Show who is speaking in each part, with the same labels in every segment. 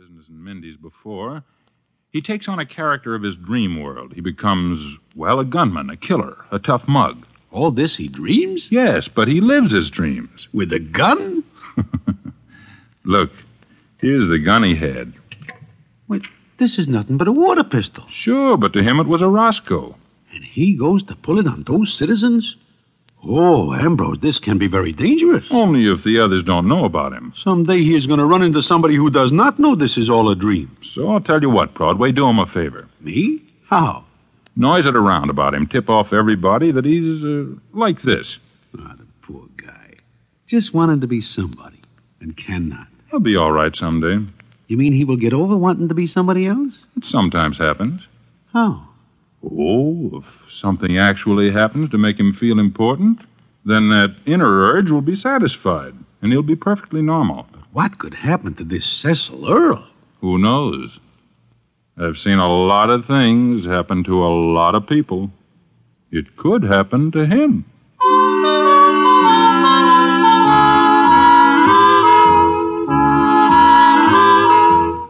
Speaker 1: Mrs. and Mindy's before, he takes on a character of his dream world. He becomes, well, a gunman, a killer, a tough mug.
Speaker 2: All this he dreams?
Speaker 1: Yes, but he lives his dreams.
Speaker 2: With a gun?
Speaker 1: Look, here's the gun he had.
Speaker 2: Wait, this is nothing but a water pistol.
Speaker 1: Sure, but to him it was a Roscoe.
Speaker 2: And he goes to pull it on those citizens? Oh, Ambrose, this can be very dangerous.
Speaker 1: Only if the others don't know about him.
Speaker 2: Someday he is going to run into somebody who does not know this is all a dream.
Speaker 1: So I'll tell you what, Broadway, do him a favor.
Speaker 2: Me? How?
Speaker 1: Noise it around about him. Tip off everybody that he's uh, like this.
Speaker 2: Ah, the poor guy. Just wanted to be somebody and cannot.
Speaker 1: He'll be all right someday.
Speaker 2: You mean he will get over wanting to be somebody else?
Speaker 1: It sometimes happens.
Speaker 2: How?
Speaker 1: Oh, if something actually happens to make him feel important, then that inner urge will be satisfied, and he'll be perfectly normal.
Speaker 2: What could happen to this Cecil Earl?
Speaker 1: Who knows? I've seen a lot of things happen to a lot of people. It could happen to him.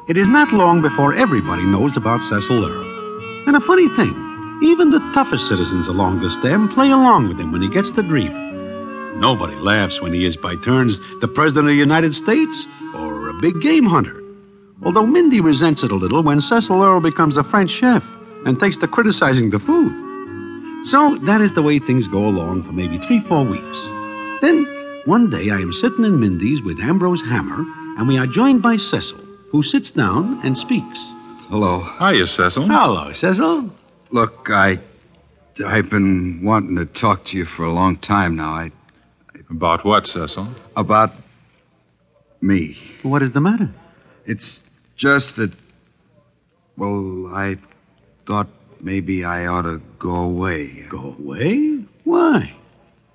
Speaker 2: It is not long before everybody knows about Cecil Earl. And a funny thing, even the toughest citizens along the stem play along with him when he gets the dream. Nobody laughs when he is, by turns, the President of the United States or a big game hunter. Although Mindy resents it a little when Cecil Earl becomes a French chef and takes to criticizing the food. So that is the way things go along for maybe three, four weeks. Then, one day, I am sitting in Mindy's with Ambrose Hammer, and we are joined by Cecil, who sits down and speaks.
Speaker 3: Hello.
Speaker 1: Hiya, Cecil.
Speaker 2: Hello, Cecil.
Speaker 3: Look, I. I've been wanting to talk to you for a long time now. I.
Speaker 1: About what, Cecil?
Speaker 3: About. me.
Speaker 2: What is the matter?
Speaker 3: It's just that. Well, I thought maybe I ought to go away.
Speaker 2: Go away? Why?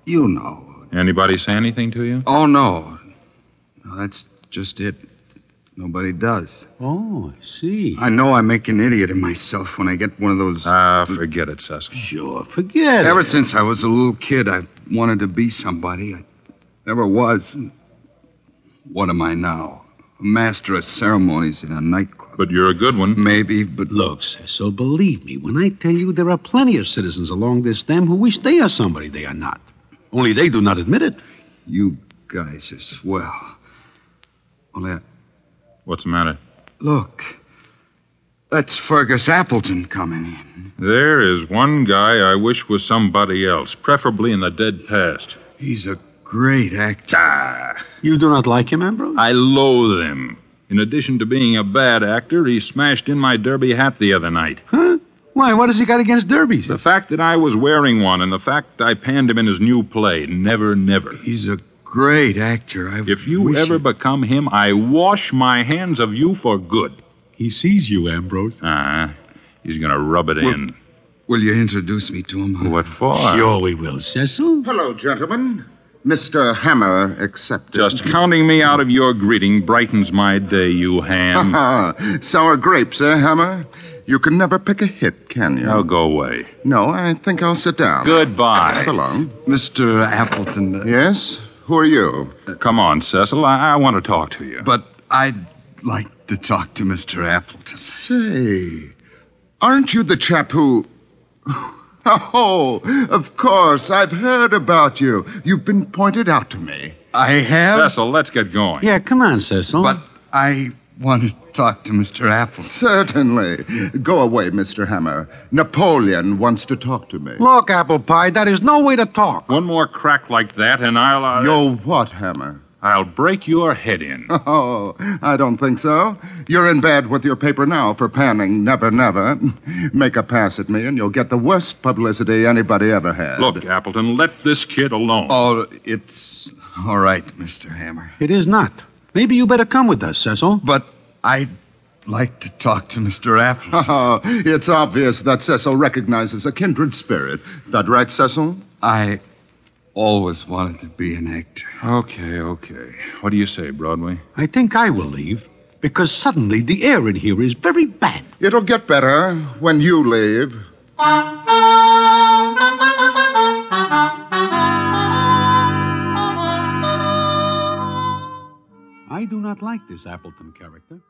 Speaker 3: You know.
Speaker 1: Anybody say anything to you?
Speaker 3: Oh, no. no that's just it. Nobody does.
Speaker 2: Oh, I see.
Speaker 3: I know I make an idiot of myself when I get one of those.
Speaker 1: Ah, forget it, Cecil.
Speaker 2: Sure, forget
Speaker 3: Ever
Speaker 2: it.
Speaker 3: since I was a little kid, I wanted to be somebody. I never was. And What am I now? A master of ceremonies in a nightclub.
Speaker 1: But you're a good one.
Speaker 3: Maybe, but
Speaker 2: Look, Cecil, believe me when I tell you there are plenty of citizens along this stem who wish they are somebody they are not. Only they do not admit it.
Speaker 3: you guys are swell. Well, uh,
Speaker 1: What's the matter?
Speaker 3: look. That's Fergus Appleton coming in.
Speaker 1: There is one guy I wish was somebody else, preferably in the dead past.
Speaker 3: He's a great actor. Ah.
Speaker 2: You do not like him, Ambrose?
Speaker 1: I loathe him. In addition to being a bad actor, he smashed in my derby hat the other night.
Speaker 2: Huh? Why? What has he got against derbies?
Speaker 1: The fact that I was wearing one and the fact I panned him in his new play, Never Never.
Speaker 3: He's a great actor. I
Speaker 1: If you
Speaker 3: wish
Speaker 1: ever
Speaker 3: it-
Speaker 1: become him, I wash my hands of you for good.
Speaker 2: He sees you, Ambrose.
Speaker 1: Ah, he's gonna rub it in.
Speaker 3: Will you introduce me to him?
Speaker 1: What for?
Speaker 2: Sure, we will, Cecil.
Speaker 4: Hello, gentlemen. Mr. Hammer accepted.
Speaker 1: Just counting me out of your greeting brightens my day, you ham.
Speaker 4: Ah, sour grapes, eh, Hammer? You can never pick a hit, can you?
Speaker 1: now go away.
Speaker 4: No, I think I'll sit down.
Speaker 1: Goodbye.
Speaker 4: So long.
Speaker 3: Mr. Appleton. uh,
Speaker 4: Yes? Who are you?
Speaker 1: Come on, Cecil. I, I want to talk to you.
Speaker 3: But I'd like to talk to Mr. Appleton.
Speaker 4: Say, aren't you the chap who. Oh, of course. I've heard about you. You've been pointed out to me.
Speaker 3: I have,
Speaker 1: Cecil, let's get going.
Speaker 2: Yeah, come on, Cecil.
Speaker 3: but I want to talk to Mr. Appleton.
Speaker 4: Certainly. Go away, Mr. Hammer. Napoleon wants to talk to me.
Speaker 2: Look, Apple Pie, that is no way to talk.
Speaker 1: One more crack like that, and I'll uh,
Speaker 4: You're what, Hammer?
Speaker 1: I'll break your head in.
Speaker 4: Oh, I don't think so. You're in bed with your paper now for panning Never Never. Make a pass at me, and you'll get the worst publicity anybody ever had.
Speaker 1: Look, Appleton, let this kid alone.
Speaker 3: Oh, it's all right, Mr. Hammer.
Speaker 2: It is not. Maybe you better come with us, Cecil.
Speaker 3: But I'd like to talk to Mr. Appleton.
Speaker 4: Oh, it's obvious that Cecil recognizes a kindred spirit. That right, Cecil?
Speaker 3: I always wanted to be an actor.
Speaker 1: Okay, okay. What do you say, Broadway?
Speaker 2: I think I will leave because suddenly the air in here is very bad.
Speaker 4: It'll get better when you leave.
Speaker 2: I do not like this Appleton character,